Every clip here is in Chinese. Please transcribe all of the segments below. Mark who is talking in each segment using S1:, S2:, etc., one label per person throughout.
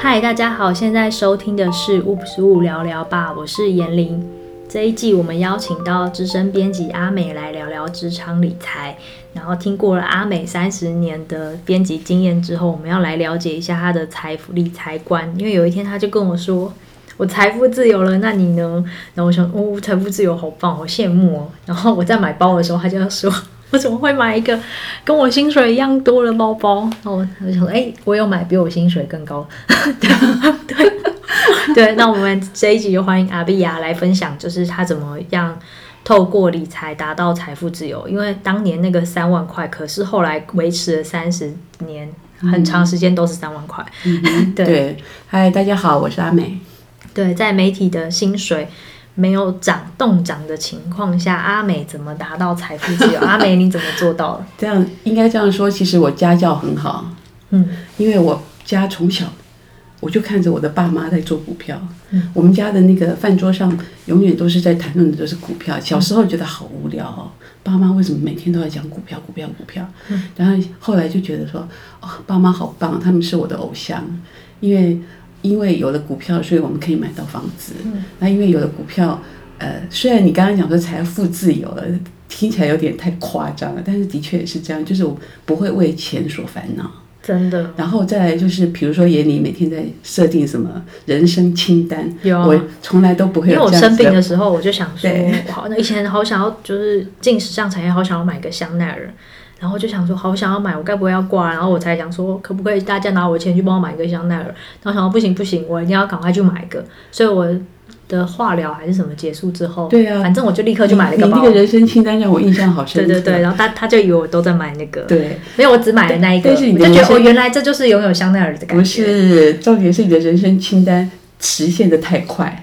S1: 嗨，大家好，现在收听的是《五十五聊聊吧》，我是严玲。这一季我们邀请到资深编辑阿美来聊聊职场理财。然后听过了阿美三十年的编辑经验之后，我们要来了解一下她的财富理财观。因为有一天她就跟我说：“我财富自由了，那你呢？”然后我想：“哦，财富自由好棒，好羡慕哦。”然后我在买包的时候，她就要说。 我怎么会买一个跟我薪水一样多的包包？然后我我就想说，哎、我有买比我薪水更高。对对 对，那我们这一集就欢迎阿碧亚来分享，就是她怎么样透过理财达到财富自由。因为当年那个三万块，可是后来维持了三十年，很长时间都是三万块。
S2: 嗯 哼
S1: 对
S2: 对，嗨，大家好，我是阿美。
S1: 对，在媒体的薪水没有涨动涨的情况下，阿美怎么达到财富自由？阿美你怎么做到的？
S2: 这样应该这样说，其实我家教很好，
S1: 嗯，
S2: 因为我家从小我就看着我的爸妈在做股票，
S1: 嗯
S2: 我们家的那个饭桌上永远都是在谈论的都是股票。小时候觉得好无聊哦，爸妈为什么每天都在讲股票、股票、股票？然后后来就觉得说，哦，爸妈好棒，他们是我的偶像，因为因为有了股票，所以我们可以买到房子。那因为有了股票，呃，虽然你刚刚讲说财富自由了。听起来有点太夸张了，但是的确也是这样，就是我不会为钱所烦恼。
S1: 真的
S2: 然后再来就是，比如说眼里每天在设定什么人生清单，
S1: 有啊
S2: 我从来都不会
S1: 因为
S2: 有
S1: 我
S2: 这样
S1: 生
S2: 子
S1: 病
S2: 的。
S1: 的时候，我就想说，
S2: 对
S1: 我好，以前好想要就是进时尚产业，好想要买个香奈儿，然后就想说，好想要买，我该不会要挂？然后我才想说，可不可以大家拿我钱去帮我买一个香奈儿？然后想说不行不行，我一定要赶快去买一个，所以我的化疗还是什么结束之后，
S2: 对啊
S1: 反正我就立刻就买了一
S2: 你
S1: 个
S2: 你
S1: 包
S2: 那，个人生清单让我印象好深
S1: 对
S2: 刻。
S1: 对对，然后他他就以为我都在买那个，
S2: 对
S1: 没有，我只买了那一个，
S2: 但是你
S1: 我
S2: 的
S1: 就觉得
S2: 人生
S1: 哦，原来这就是拥有香奈儿的感
S2: 不
S1: 觉，
S2: 是重点是你的人生清单实现的太快，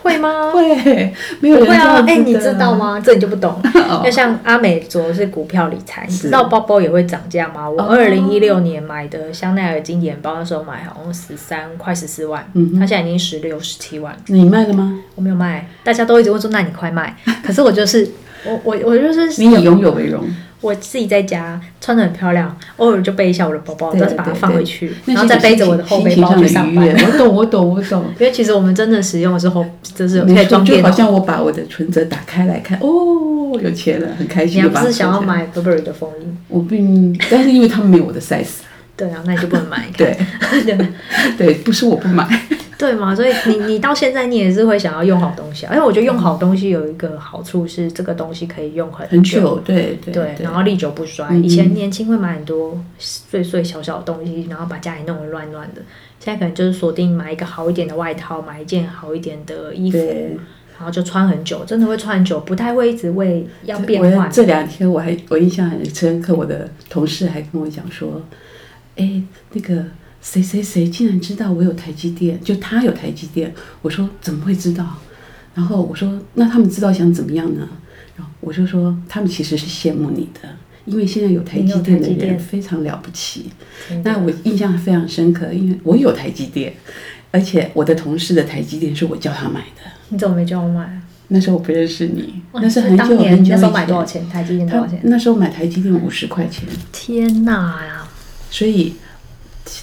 S1: 会吗？
S2: 会没有
S1: 不
S2: 人
S1: 会啊，
S2: 哎、
S1: 哎、你知道？吗？这你就不 懂。那、像阿美卓是股票理财，你
S2: 哦是
S1: 知道包包也会涨价吗？我
S2: 哦
S1: 二零一六年买的香奈儿经典包，那时候买好像十三快十四万，
S2: 嗯
S1: 它现在已经十六十七万，
S2: 你卖了吗？
S1: 我没有卖。大家都一直会说，那你快 卖。可是我就是我我我就是
S2: 你以拥有为荣，
S1: 我自己在家穿的很漂亮，偶尔就背一下我的包包，
S2: 对
S1: 但是把它放回去，
S2: 那
S1: 然
S2: 是
S1: 后
S2: 你
S1: 再背着
S2: 心
S1: 我的后
S2: 心
S1: 背
S2: 情
S1: 包
S2: 上
S1: 去
S2: 的
S1: 上
S2: 愉
S1: 班
S2: 悦。。我懂，我懂，我懂。
S1: 因为其实我们真的使用的时候，就是有
S2: 没
S1: 可以
S2: 错
S1: 装
S2: 就
S1: 电
S2: 好
S1: 脑。
S2: 像我把我的存折打开来看，哦，有钱了，很开
S1: 你
S2: 心。
S1: 还
S2: 就
S1: 不
S2: 把它
S1: 是想要
S2: 存起来？
S1: 买 Burberry 的风衣？
S2: 我并，但是因为他们没有我的 size，
S1: 对啊，那你就不能买。
S2: 对。
S1: 对
S2: 对，不是我不买，
S1: 对嘛，所以你你到现在你也是会想要用好东西啊，而且我觉得用好东西有一个好处是这个东西可以用很
S2: 很久，对对
S1: 对，然后历久不衰。
S2: 嗯
S1: 以前年轻会买很多碎碎小小的东西，然后把家里弄得乱乱的。现在可能就是锁定买一个好一点的外套，买一件好一点的衣服，
S2: 对。
S1: 然后就穿很久，真的会穿很久，不太会一直为要变
S2: 我
S1: 换。
S2: 这两天我还我印象很深刻，我的同事还跟我讲说，哎，那个谁谁谁竟然知道我有台积电，就他有台积电。我说怎么会知道？然后我说那他们知道想怎么样呢？然后我就说他们其实是羡慕你的。因为现在有台积电
S1: 你有台
S2: 的
S1: 积电
S2: 人非常了不起
S1: 真，的
S2: 那我印象非常深刻，因为我有台积电，而且我的同事的台积电是我叫他买的。
S1: 你怎么没叫我买啊？
S2: 那时候我不认识你，
S1: 哇
S2: 那是很久
S1: 哦当年
S2: 很久
S1: 那
S2: 以
S1: 时候
S2: 前。
S1: 买多少钱？台积电多
S2: 他
S1: 少钱？
S2: 那时候买台积电五十块钱，
S1: 天哪呀！
S2: 所以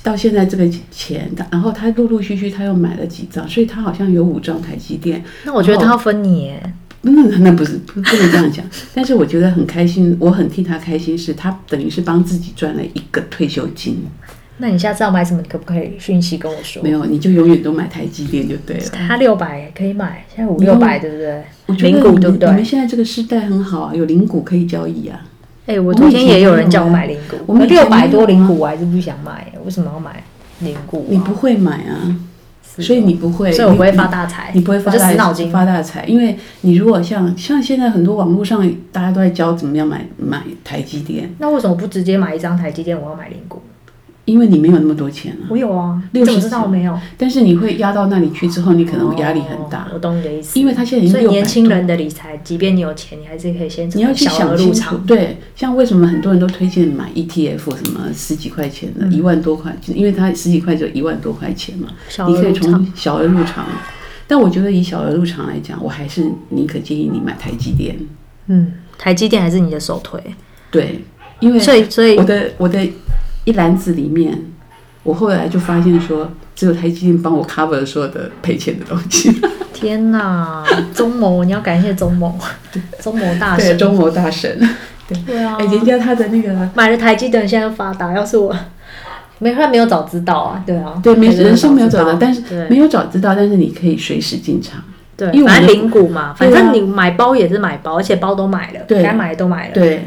S2: 到现在这个钱，然后他呃陆陆续续他又买了几张，所以他好像有五张台积电。
S1: 那我觉得他
S2: 然后
S1: 要分你耶。
S2: 嗯，那不是不不能这样讲，但是我觉得很开心，我很替他开心，是他等于是帮自己赚了一个退休金。
S1: 哦那你下次要买什么，你可不可以讯息跟我说
S2: 没？有，你就永远都买台积电就对了。
S1: 它六百可以买，现在五
S2: 你
S1: 六
S2: 用
S1: 百，对不对
S2: 我？觉得
S1: 零
S2: 你
S1: 股
S2: 们
S1: 对不
S2: 你们
S1: 对？
S2: 现在这个时代很好啊，有零股可以交易啊。
S1: 哎，我
S2: 我
S1: 昨
S2: 以
S1: 天
S2: 前
S1: 也有
S2: 没
S1: 人
S2: 有
S1: 叫我
S2: 啊
S1: 买零股，
S2: 我们以前
S1: 六百
S2: 没
S1: 多
S2: 有
S1: 零
S2: 啊
S1: 股我还是不想买，为什么要买零股啊？
S2: 你不会买啊，
S1: 是
S2: 所以
S1: 哦
S2: 你不会，
S1: 所以我不会
S2: 你
S1: 发大财
S2: 你不会发
S1: 我就
S2: 大
S1: 死脑筋
S2: 发大财，因为你如果像像现在很多网络上大家都在教怎么样买买台积电，
S1: 那为什么不直接买一张台积电？我要买零股，
S2: 因为你没有那么多钱啊，
S1: 我有啊，你
S2: 60
S1: 怎么知道我没有？
S2: 但是你会压到那里去之后，你可能压力很
S1: 哦
S2: 大，
S1: 我懂你的意思。
S2: 因为它现在已经
S1: 所以
S2: 600
S1: 年轻人的理财，即便你有钱，你还是可以先
S2: 你要去
S1: 小
S2: 想
S1: 额
S2: 清
S1: 入
S2: 楚
S1: 场。，
S2: 对，像为什么很多人都推荐买 E ETF 什么十几块钱
S1: 嗯
S2: 的，一、万多块，因为它十几块就一万多块钱嘛，
S1: 小
S2: 你
S1: 额
S2: 可以
S1: 入场
S2: 从小额入场。但我觉得以小额入场来讲，我还是宁可建议你买台积电，
S1: 嗯，台积电还是你的首推，
S2: 对，因为
S1: 所以所以
S2: 我的我的一篮子里面，我后来就发现说，只有台积电帮我 cover 了所有的赔钱的东西。
S1: 天哪，中谋，你要感谢中谋，中谋大
S2: 对，
S1: 神。哦
S2: 中谋大神。对，
S1: 对啊
S2: 哎，人家他的那个
S1: 买了台积电，现在就发达。要是我，没他没有早知道啊，对啊，
S2: 对，没
S1: 他
S2: 人生没有
S1: 早
S2: 找
S1: 知
S2: 到，但是
S1: 对
S2: 没有找知道，但是你可以随时进场。
S1: 对，
S2: 因为我
S1: 反
S2: 们
S1: 正零股嘛，反
S2: 对啊
S1: 正你买包也是买包，而且包都买了，
S2: 对
S1: 该买的都买了，，
S2: 对，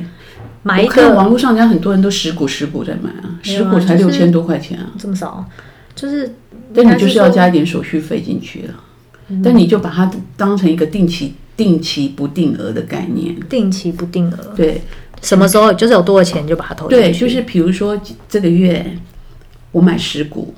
S1: 买一
S2: 我看
S1: 个
S2: 网络上人家很多人都十股十股在买啊，
S1: 没
S2: 十
S1: 有啊
S2: 股才
S1: 就
S2: 六
S1: 是
S2: 千多块钱啊。
S1: 这么少，就是
S2: 但
S1: 应该
S2: 你就是要
S1: 说嗯
S2: 加一点手续费进去了，但你就把它当成一个定期、定期不定额的概念。
S1: 定期不定额，
S2: 对
S1: 什么时候就是有多少钱就把它投进去，
S2: 对，就是比如说这个月我买十股，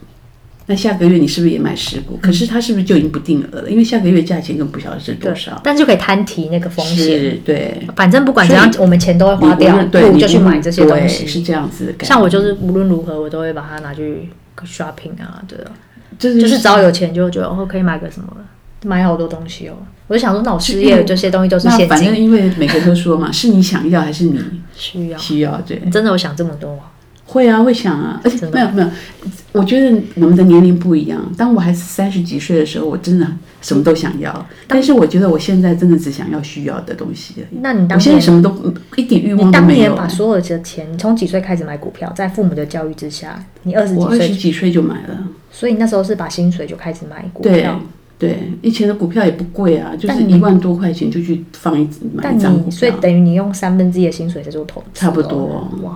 S2: 那下个月你是不是也买十股？
S1: 嗯
S2: 可是它是不是就已经不定额了？因为下个月价钱更不晓得是多
S1: 对
S2: 少。
S1: 但就可以摊提那个嗯风险。
S2: 是，对，
S1: 反正不管怎样
S2: 所，以
S1: 我们钱都会花
S2: 你无
S1: 掉，
S2: 论
S1: 不
S2: 对，
S1: 如
S2: 你
S1: 就去
S2: 无论
S1: 买这些东
S2: 对是
S1: 西。
S2: 这样子的感觉。
S1: 像我就是无论如何，我都会把它拿去 shopping 啊，对啊，
S2: 这
S1: 就是只要有钱就觉得哦可以买个什么了，买好多东西哦。我就想说，那我失业了，这些东西都是
S2: 那
S1: 现
S2: 反正
S1: 金，
S2: 因为每个人都说嘛，是你想要还是你
S1: 需要。
S2: 需要？对，
S1: 真的有想这么多吗？
S2: 会啊，会想啊，而且
S1: 嗯真的
S2: 没有没有，我觉得我们的年龄不一样。当我还是三十几岁的时候，我真的什么都想要，但是我觉得我现在真的只想要需要的东西而已。
S1: 那你当
S2: 嗯我现在
S1: 年
S2: 什么都一点欲望
S1: 你
S2: 都
S1: 当
S2: 没
S1: 年
S2: 有
S1: 把。所有的钱，你从几岁开始买股票？在父母的教育之下，你二十
S2: 我
S1: 几
S2: 二十
S1: 岁，
S2: 几岁就买了，
S1: 所以你那时候是把薪水就开始买股
S2: 对
S1: 票。
S2: 对，以前的股票也不贵啊，就是
S1: 但你
S2: 一万多块钱就去放一买
S1: 但
S2: 一张股
S1: 你所以
S2: 票，
S1: 等于你用三分之一的薪水在做投资哦，
S2: 差不多。
S1: 哇，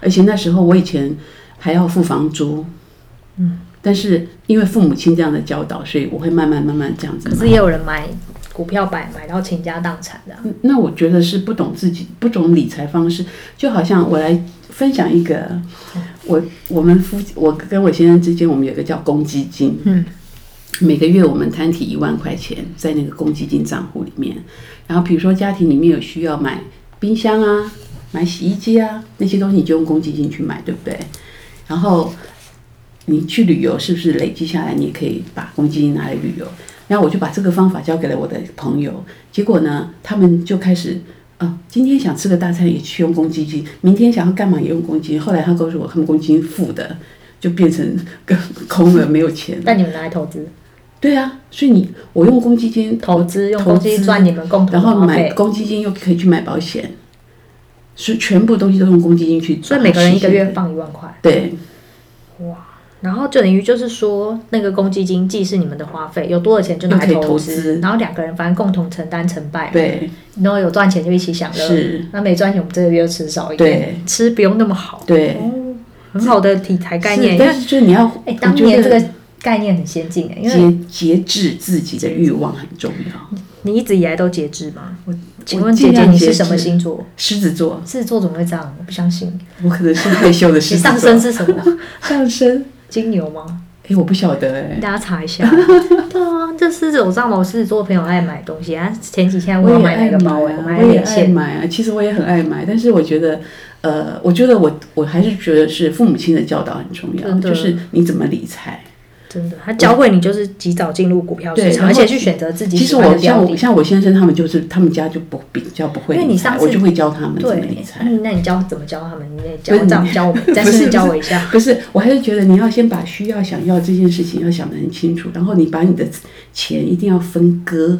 S2: 而且那时候我以前还要付房租，嗯，但是因为父母亲这样的教导，所以我会慢慢慢慢这样子
S1: 可
S2: 买。
S1: 是也有人买股票买买到倾家荡产的啊、
S2: 那我觉得是不懂自己，不懂理财方式。就好像我来分享一个，我我们夫我跟我先生之间，我们有一个叫公积金，
S1: 嗯，
S2: 每个月我们摊提一万块钱在那个公积金账户里面。然后比如说家庭里面有需要买冰箱啊、买洗衣机啊那些东西，你就用公积金去买，对不对？然后你去旅游，是不是累积下来，你也可以把公积金拿来旅游？然后我就把这个方法教给了我的朋友，结果呢，他们就开始，啊，今天想吃个大餐也去用公积金，明天想要干嘛也用公积金。后来他告诉我，他们公积金负的，就变成空了，没有钱了。
S1: 但你们拿来投资，
S2: 对啊，所以你我用公积金
S1: 投资用
S2: 投
S1: 公积金赚你们共同
S2: 然
S1: 的
S2: 后
S1: 花
S2: 买
S1: 费，
S2: 公积金又可以去买保险，所以全部东西都用公积金去。
S1: 所以每个人一个月放一万块，
S2: 对
S1: 哇。然后就等于就是说，那个公积金既是你们的花费，有多少钱就拿来
S2: 又可以
S1: 投
S2: 投资
S1: 然后两个人反正共同承担成败嘛，
S2: 对
S1: 然后有赚钱就一起享乐，
S2: 是
S1: 那没赚钱我们这个月就吃少一点，吃不用那么好，
S2: 对，
S1: 哦，很好的理财概念。
S2: 是
S1: 因为
S2: 但是就你要，
S1: 哎，
S2: 我
S1: 当
S2: 觉
S1: 年
S2: 得
S1: 这个概念很先进哎，因为
S2: 节节制自己的欲望很重要。
S1: 你一直以来都节制嘛。我请问姐
S2: 尽
S1: 姐
S2: 量
S1: 你是
S2: 节
S1: 什么
S2: 制
S1: 星座？
S2: 狮子座，
S1: 狮子座怎么会这样？我不相信。
S2: 我可能是退休的狮
S1: 你
S2: 子座。
S1: 上升是什么？
S2: 上升，
S1: 金牛吗？
S2: 哎，我不晓得哎。
S1: 大家查一下。 对啊，这狮子有上我狮子座朋友爱买东西，啊，前几天我有
S2: 也
S1: 买
S2: 爱
S1: 那个包哎，
S2: 啊
S1: 我买
S2: 我也
S1: 眼
S2: 爱
S1: 线。
S2: 买啊。其实我也很爱买，但是我觉得，呃，我觉得我我还是觉得是父母亲的教导很重要，
S1: 真的
S2: 就是你怎么理财。
S1: 真的，他教会你就是及早进入股票市
S2: 对
S1: 场，
S2: 然
S1: 而
S2: 后
S1: 且去选择自己
S2: 其
S1: 喜
S2: 实
S1: 欢的
S2: 我像
S1: 标
S2: 我
S1: 的。
S2: 像我先生他们就是他们家就不比较不会
S1: 因为你
S2: 理财，
S1: 上次
S2: 我就会教他们怎么
S1: 对
S2: 理，财。
S1: 嗯那你教怎么教他们？你也教
S2: 不是
S1: 这样教我们，再
S2: 不
S1: 试
S2: 是
S1: 教我一下。
S2: 不是，我还是觉得你要先把需要、想要这件事情要想得很清楚，然后你把你的钱一定要分割，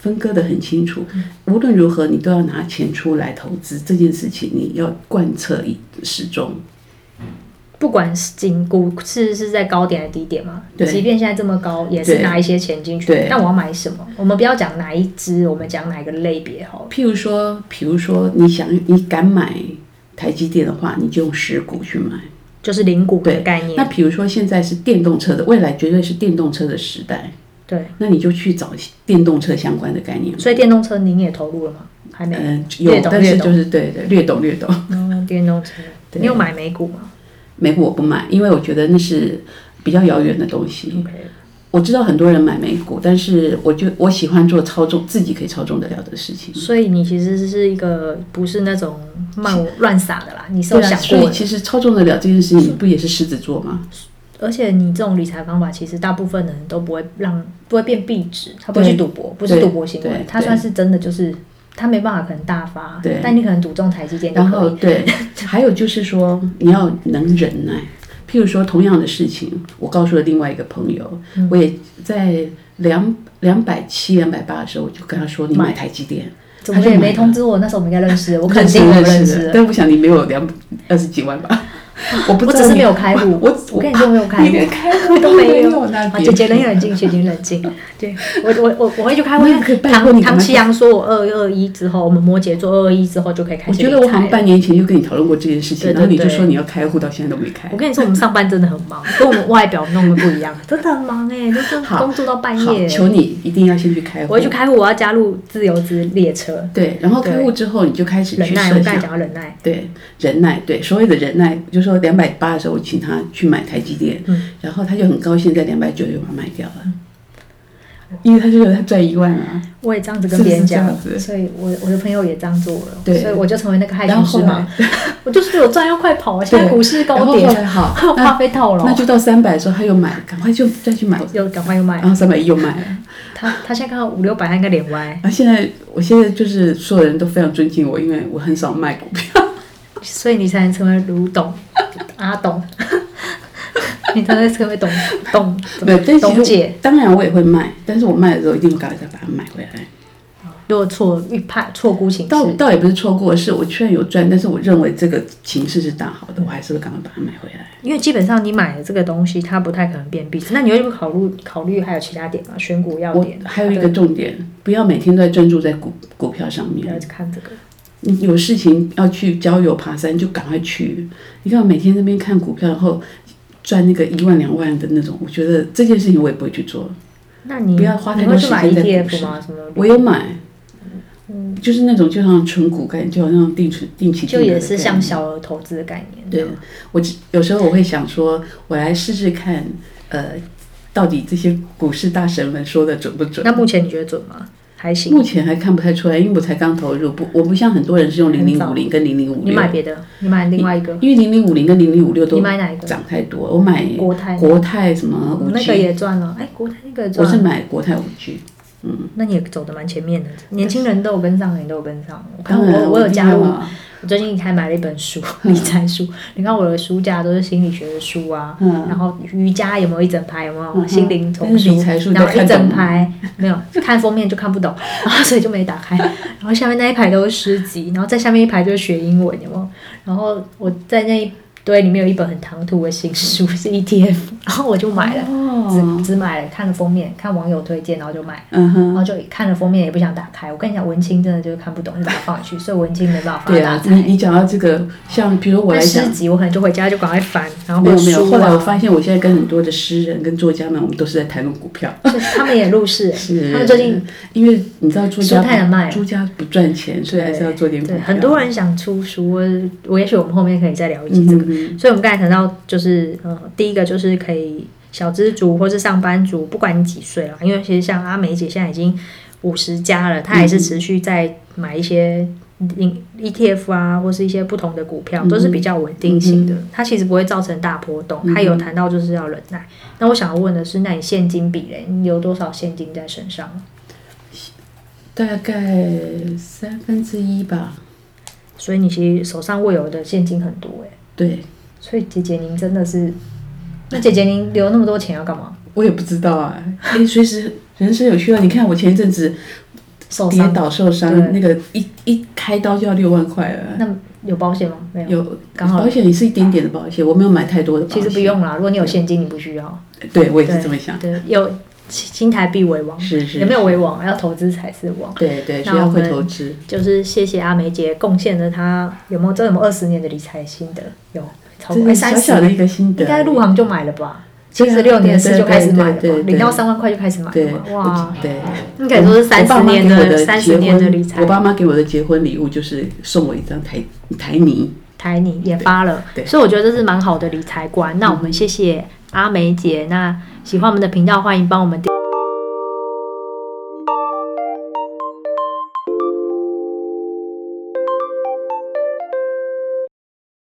S2: 分割得很清楚。
S1: 嗯
S2: 无论如何，你都要拿钱出来投资这件事情，你要贯彻一始终。
S1: 不管是进股市是在高点还是低点嘛，
S2: 对
S1: 即便现在这么高，也是
S2: 对
S1: 拿一些钱进去
S2: 对。
S1: 但我要买什么？我们不要讲哪一支，我们讲哪个类别好了。
S2: 譬如说，譬如说，你想你敢买台积电的话，你就用十股去买。
S1: 就是零股的
S2: 对
S1: 概
S2: 那
S1: 念。
S2: 比如说，现在是电动车的，未来绝对是电动车的时代，
S1: 对，
S2: 那你就去找电动车相关的概念。
S1: 所以电动车您也投入了吗？还没。
S2: 嗯、
S1: 略
S2: 有，
S1: 懂
S2: 但是
S1: 略懂
S2: 就是对对，略懂略懂。
S1: 嗯，电动车，
S2: 对
S1: 你有买美股吗
S2: 美股我不买，因为我觉得那是比较遥远的东西。
S1: ？OK，
S2: 我知道很多人买美股，但是我就我喜欢做操纵，自己可以操纵得了的事情。
S1: 所以你其实是一个不是那种漫乱撒的啦，你是
S2: 对
S1: 有
S2: 啊，
S1: 想
S2: 所
S1: 过
S2: 以
S1: 的。
S2: 其实操纵得了这件事情，不也是狮子座吗？
S1: 而且你这种理财方法，其实大部分的人都不会让不会变币值，他不会
S2: 对
S1: 去赌博，不是赌博行
S2: 对
S1: 为
S2: 对，
S1: 他算是真的就是他没办法可能大发
S2: 对，
S1: 但你可能赌中台积电就
S2: 然
S1: 可
S2: 后
S1: 以。
S2: 对，还有就是说你要能忍耐。譬如说，同样的事情，我告诉了另外一个朋友，
S1: 嗯
S2: 我也在两两百七、两百八的时候，我就跟他说：“你买台积电。”
S1: 怎么也没通知我，那时候我们应该认识，我肯定我们认识。
S2: 但我想你没有两二十几万吧？ 我不知道
S1: 我
S2: 你，
S1: 只是没有开户，
S2: 我
S1: 我跟你说没有开
S2: 你 连
S1: 户。
S2: 开户
S1: 都没
S2: 没
S1: 有
S2: 那
S1: 啊，
S2: 边
S1: 姐姐冷冷静，姐姐冷 静。对我，我我我会去开会
S2: 那可以。拜托
S1: 唐
S2: 你赶
S1: 唐
S2: 快
S1: 七阳说，我二二一之后，我们摩羯座二二一之后就可以开始
S2: 我觉得
S1: 理
S2: 我
S1: 财
S2: 好像
S1: 了
S2: 半年前就跟你讨论过这件事情，
S1: 对对
S2: 然后你就
S1: 对
S2: 说你要开户，到现在都没开
S1: 我。跟你说，我们上班真的很忙，跟我 们外表弄得不一样，真的很忙哎、就是
S2: 好
S1: 工作到半
S2: 好
S1: 夜。，
S2: 求你一定要先去开户。
S1: 我要去开户，我要加入自由之列车。
S2: 对，然后开
S1: 对
S2: 户之后你就开始
S1: 忍
S2: 去
S1: 耐，我
S2: 设
S1: 刚才
S2: 想
S1: 讲。到忍耐，
S2: 对，忍耐，对，所谓的忍耐，就说两百八的时候，我请他去买台积电，
S1: 嗯
S2: 然后他就很高兴，在两百九就把它卖掉了，
S1: 嗯
S2: 因为他觉得他赚一万啊。
S1: 我也这样子跟别人讲，
S2: 是不是这样子
S1: 所以我我的朋友也这样做了，
S2: 对
S1: 所以我就成为那个害
S2: 然
S1: 群之
S2: 后后
S1: 马
S2: 来。
S1: 我就是有赚要快跑啊，现在
S2: 对
S1: 股市
S2: 然
S1: 高
S2: 后
S1: 点，
S2: 后，来好 那
S1: 花费套牢
S2: 那，就到三百的时候他又买，赶快就再去买，
S1: 又赶快又卖
S2: 然。后三百一又卖了。
S1: 他他现在看到五六百，他应该脸歪。
S2: 然后现在，我现在就是所有人都非常尊敬我，因为我很少卖股票。
S1: 所以你才能成为卢董、阿董， 你才能成为董董
S2: 对，但
S1: 董
S2: 其
S1: 姐
S2: 实。当然我也会卖，但是我卖的时候一定赶快再把它买回来。
S1: 如果错预判错估情
S2: 倒
S1: 势，
S2: 倒也不是错过，是我虽然有赚，但是我认为这个形势是大好
S1: 嗯
S2: 的，我还是会赶快把它买回来。
S1: 因为基本上你买的这个东西，它不太可能变币值。那你会考虑考虑还有其他点吗？选股要
S2: 我
S1: 点，
S2: 还有一个
S1: 对
S2: 重点，不要每天都在专注在股股票上
S1: 不要
S2: 面。
S1: 去看这个。
S2: 你有事情要去郊游、爬山，就赶快去。你看我每天那边看股票，然后赚那个一万两万的那种，我觉得这件事情我也不会去做。
S1: 那你
S2: 不要花
S1: 你
S2: 太
S1: 会
S2: 多
S1: 去
S2: 时
S1: 买
S2: 间在股
S1: ETF
S2: 市
S1: 吗？什么？
S2: 我有买，
S1: 嗯
S2: 就是那种就像纯股概念，就好像定存定期定
S1: 就
S2: 额的
S1: 也是
S2: 概
S1: 像
S2: 念
S1: 小额投资的概念。
S2: 对，我只有时候我会想说，我来试试看，呃，到底这些股市大神们说的准不准？
S1: 那目前你觉得准吗？还行。
S2: 目前还看不太出来，因为我才刚投入，不，我不像很多人是用零零五零跟零零五
S1: 你
S2: 六，
S1: 买别的，你买另外一个
S2: 因为零零五零跟零零五六
S1: 你
S2: 都
S1: 买哪一个
S2: 涨太多，我买
S1: 国泰，
S2: 国泰什么
S1: 我
S2: 五
S1: 那个
S2: G，
S1: 也赚了。哎，国泰那个也
S2: 我
S1: 赚了
S2: 是买国泰五 G，
S1: 那你也走的蛮前面的，年轻人都有跟上，你都有跟上。我看
S2: 当然
S1: 我我有
S2: 一定
S1: 加
S2: 要
S1: 入，
S2: 啊
S1: 我最近还买了一本书，理财书。你看我的书架都是心理学的书啊，
S2: 嗯
S1: 然后瑜伽有没有一整排？有没
S2: 嗯
S1: 有
S2: 哼
S1: 心灵丛
S2: 但是
S1: 书
S2: 理财？书你
S1: 然
S2: 都
S1: 后一
S2: 看懂
S1: 整
S2: 吗
S1: 排没有，看封面就看不懂，然后所以就没打开。然后下面那一排都是诗集，然后在下面一排就是学英文，有没有？然后我在那一堆里面有一本很唐突的新书是 ETF，然后我就买了，
S2: 哦，
S1: 只只买了，看了封面，看网友推荐，然后就买了。
S2: 嗯
S1: 然
S2: 哼，
S1: 后就看了封面也不想打开。我跟你讲，文青真的就是看不懂，就把它放回去，所以文青没办法发
S2: 对
S1: 大
S2: 啊，你
S1: 财。
S2: 你讲到这个，像比如我
S1: 那
S2: 来讲
S1: 诗。集我可能就回家就赶快翻，然后
S2: 没
S1: 或
S2: 有
S1: 者
S2: 没有，
S1: 书
S2: 后来我
S1: 啊，
S2: 发现，我现在跟很多的诗人跟作家们，我们都是在谈论股票。
S1: 就是他们也入市，
S2: 是，
S1: 他们最近
S2: 因为你知道作家
S1: 书太难卖了
S2: 作家不赚钱，所以还是要做点股
S1: 对
S2: 票。
S1: 很多人想出书，我我也许我们后面可以再聊一集
S2: 嗯
S1: 这
S2: 哼
S1: 个。
S2: 哼，
S1: 所以我们刚才谈到就是呃，第一个就是可以小资族或是上班族，不管你几岁啦，因为其实像阿梅姐现在已经五十加了，她还是持续在买一些。嗯零 ETF 啊，或是一些不同的股票，都是比较稳定性的，它其实不会造成大波动。它有谈到就是要忍耐。那我想问的是，那你现金比嘞，你有多少现金在身上？
S2: 大概三分之一吧。
S1: 所以你其实手上握有的现金很多诶、
S2: 对，
S1: 所以姐姐您真的是，那姐姐您留那么多钱要干嘛？
S2: 我也不知道啊，哎，随时人生有需要。你看我前一阵子
S1: 受
S2: 跌
S1: 伤
S2: 倒受
S1: 对
S2: 伤，那个一一开刀就要六万块了。
S1: 那有保险吗？没有，
S2: 有
S1: 刚好
S2: 保险也是一点点的保险，我没有买太多的保
S1: 其
S2: 险。
S1: 实不，用啦。如果你有现金，你不需要。
S2: 对我也是这么想。
S1: 对，有新新台币为王，
S2: 是是
S1: 有没有为王？要投资才是王。
S2: 对对，
S1: 那
S2: 学校
S1: 我
S2: 会
S1: 们
S2: 投资。
S1: 就是谢谢阿梅姐贡献了她有没有这有没有二十年的理财心得？有，超
S2: 这
S1: 过哎
S2: 是
S1: 三
S2: 小
S1: 十，
S2: 小的一个心得，
S1: 应该入行就买了吧？七
S2: 对啊
S1: 十六年是就开始买了
S2: 对
S1: 吧
S2: 对对对？对
S1: 领到三万块就开始买
S2: 对
S1: 了嘛，哇！
S2: 对，
S1: 你可以说是
S2: 我爸
S1: 三十
S2: 妈
S1: 年
S2: 给我的
S1: 三
S2: 结
S1: 十年的
S2: 婚
S1: 理财
S2: 我。爸妈给我的结婚礼物就是送我一张台台泥，
S1: 台泥也发了，
S2: 对对嗯
S1: 所以我觉得这是蛮好的理财观。那我们谢谢阿梅姐，那喜欢我们的频道，欢迎帮我们订。